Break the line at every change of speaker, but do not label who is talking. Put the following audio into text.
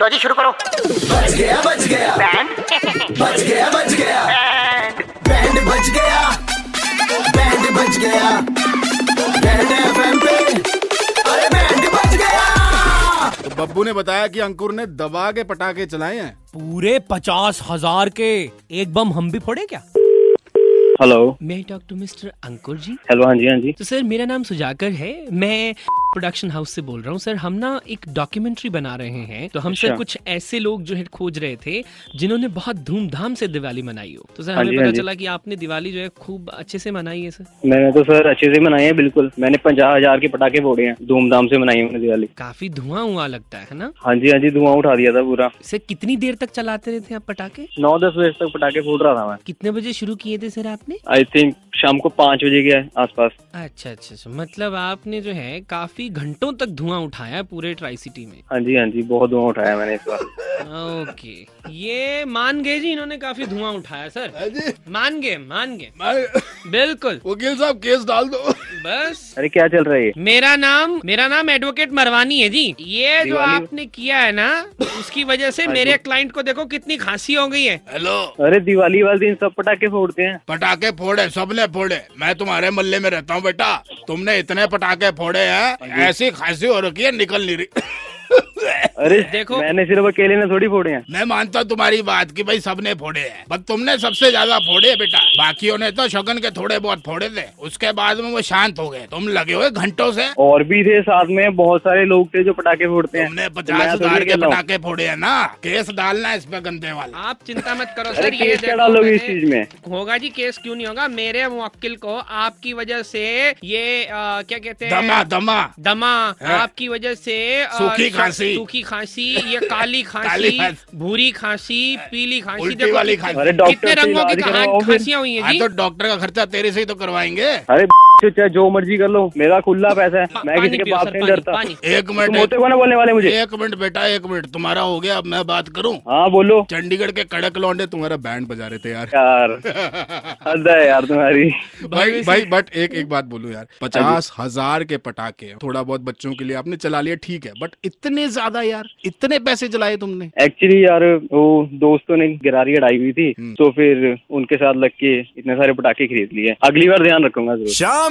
लो जी शुरू करो
बच गया बच गया
बैंड
बच गया बच गया बैंड बच गया बैंड बच गया बैंड एफएम पे अरे बैंड बच गया
तो बब्बू ने बताया कि अंकुर ने दबा के पटाखे चलाए हैं
पूरे पचास हजार के एक बम हम भी फोड़े क्या
हेलो
मैं talk to mister Ankur ji
hello हाँ जी हाँ जी
तो सर मेरा नाम सुजाकर है मैं प्रोडक्शन हाउस से बोल रहा हूँ सर हम ना एक डॉक्यूमेंट्री बना रहे हैं तो हम सर
अच्छा।
कुछ ऐसे लोग जो है खोज रहे थे जिन्होंने बहुत धूमधाम से दिवाली मनाई हो तो सर
हाँ
हमें
जी,
पता
हाँ जी।
चला कि आपने दिवाली जो है खूब अच्छे से मनाई है सर
मैंने तो सर अच्छे से मनाए हैं बिल्कुल मैंने पंजाह हजार के पटाखे फोड़े हैं धूमधाम से मनाई है मैंने दिवाली
काफी धुआं हुआ लगता है ना
हाँ जी हाँ जी धुआं उठा दिया था पूरा
सर कितनी देर तक चलाते रहे थे आप पटाखे
नौ दस बजे तक पटाखे फोड़ रहा था मैं
कितने बजे शुरू किए थे सर आपने
आई थिंक शाम को पाँच बजे के आसपास
अच्छा अच्छा अच्छा मतलब आपने जो है काफी घंटों तक धुआं उठाया है पूरे ट्राई सिटी में
हाँ जी हाँ जी बहुत धुआं उठाया मैंने इस बार
ओके ये मान गए जी इन्होंने काफी धुआं उठाया सर
अजी,
मान गए मान गए
हाँ मैं-
बिल्कुल
वकील साहब केस डाल दो
बस
अरे क्या चल रहा है ये
मेरा नाम मेरा नाम एडवोकेट मरवानी है जी ये जो
दिवाली- हाँ
आपने किया है ना उसकी वजह से मेरे क्लाइंट को देखो कितनी खांसी हो गई है
हेलो
अरे दिवाली वाले दिन सब पटाखे फोड़ते हैं
पटाखे फोड़े सबने फोड़े मैं तुम्हारे मल्ले में रहता हूँ बेटा तुमने इतने पटाखे फोड़े
हाँ
हैं ऐसी खांसी हो रखी है निकल नहीं रही
अरे
देखो-
मैंने सिर्फ अकेले ने थोड़ी फोड़े हैं
मैं मानता हूँ तुम्हारी बात कि भाई सबने फोड़े हैं पर तुमने सबसे ज्यादा फोड़े हैं बेटा बाकियों ने तो शगन के थोड़े बहुत फोड़े थे उसके बाद में वो शांत हो गए तुम लगे हुए घंटों से
और भी थे साथ में बहुत सारे लोग थे जो पटाखे फोड़ते हैं
तुमने
तो मैं
पचास
थोड़ी
हजार के
अकेला हूँ।
पटाखे फोड़े हैं ना केस डालना है इस पे गंदे वाला
आप चिंता मत करो
अरे
सर ये
केस क्या
देखो
डालोगे इस
मैंने-
चीज में
होगा जी केस क्यों नहीं होगा मेरे मुवक्किल को आपकी वजह से ये अ, क्या कहते हैं
दमा दमा
दमा
हाँ।
आपकी वजह से अ,
सूखी
श-
खांसी।
सूखी खांसी ये काली
काली
खांसी
खांसी।
भूरी खांसी पीली खांसी
उल्टी वाली खांसी
अरे
कितने
डॉक्टर से
रंगों की
इलाज
कहा-
करवाओ फिर
खांसियां हुई हैं
हाँ
जी
तो डॉक्टर का खर्चा तेरे से ही तो करवाएंगे
अरे चाहे जो मर्जी कर लो मेरा खुला पैसा है
पा-
मैं किसी
पानी
के
पियो
बाप
सर,
नहीं
पानी-
डरता
पानी।
एक
तुम
मिनट
होते को ना बोलने वाले मुझे
एक मिनट बेटा एक मिनट तुम्हारा हो गया अब मैं बात करूं
हाँ बोलो
चंडीगढ़ के कड़क लौंडे तुम्हारा बैंड बजा रहे थे यार
यार हद है यार तुम्हारी
भाई भाई बट एक एक बात बोलूं यार पचास हजार के पटाखे थोड़ा बहुत बच्चों के लिए आपने चला लिया ठीक है बट इतने ज्यादा यार इतने पैसे चलाए तुमने
एक्चुअली यार वो दोस्तों ने गिरारी अड़ाई हुई थी तो फिर उनके साथ लग के इतने सारे पटाखे खरीद लिए अगली बार ध्यान रखूंगा जरूर
शाम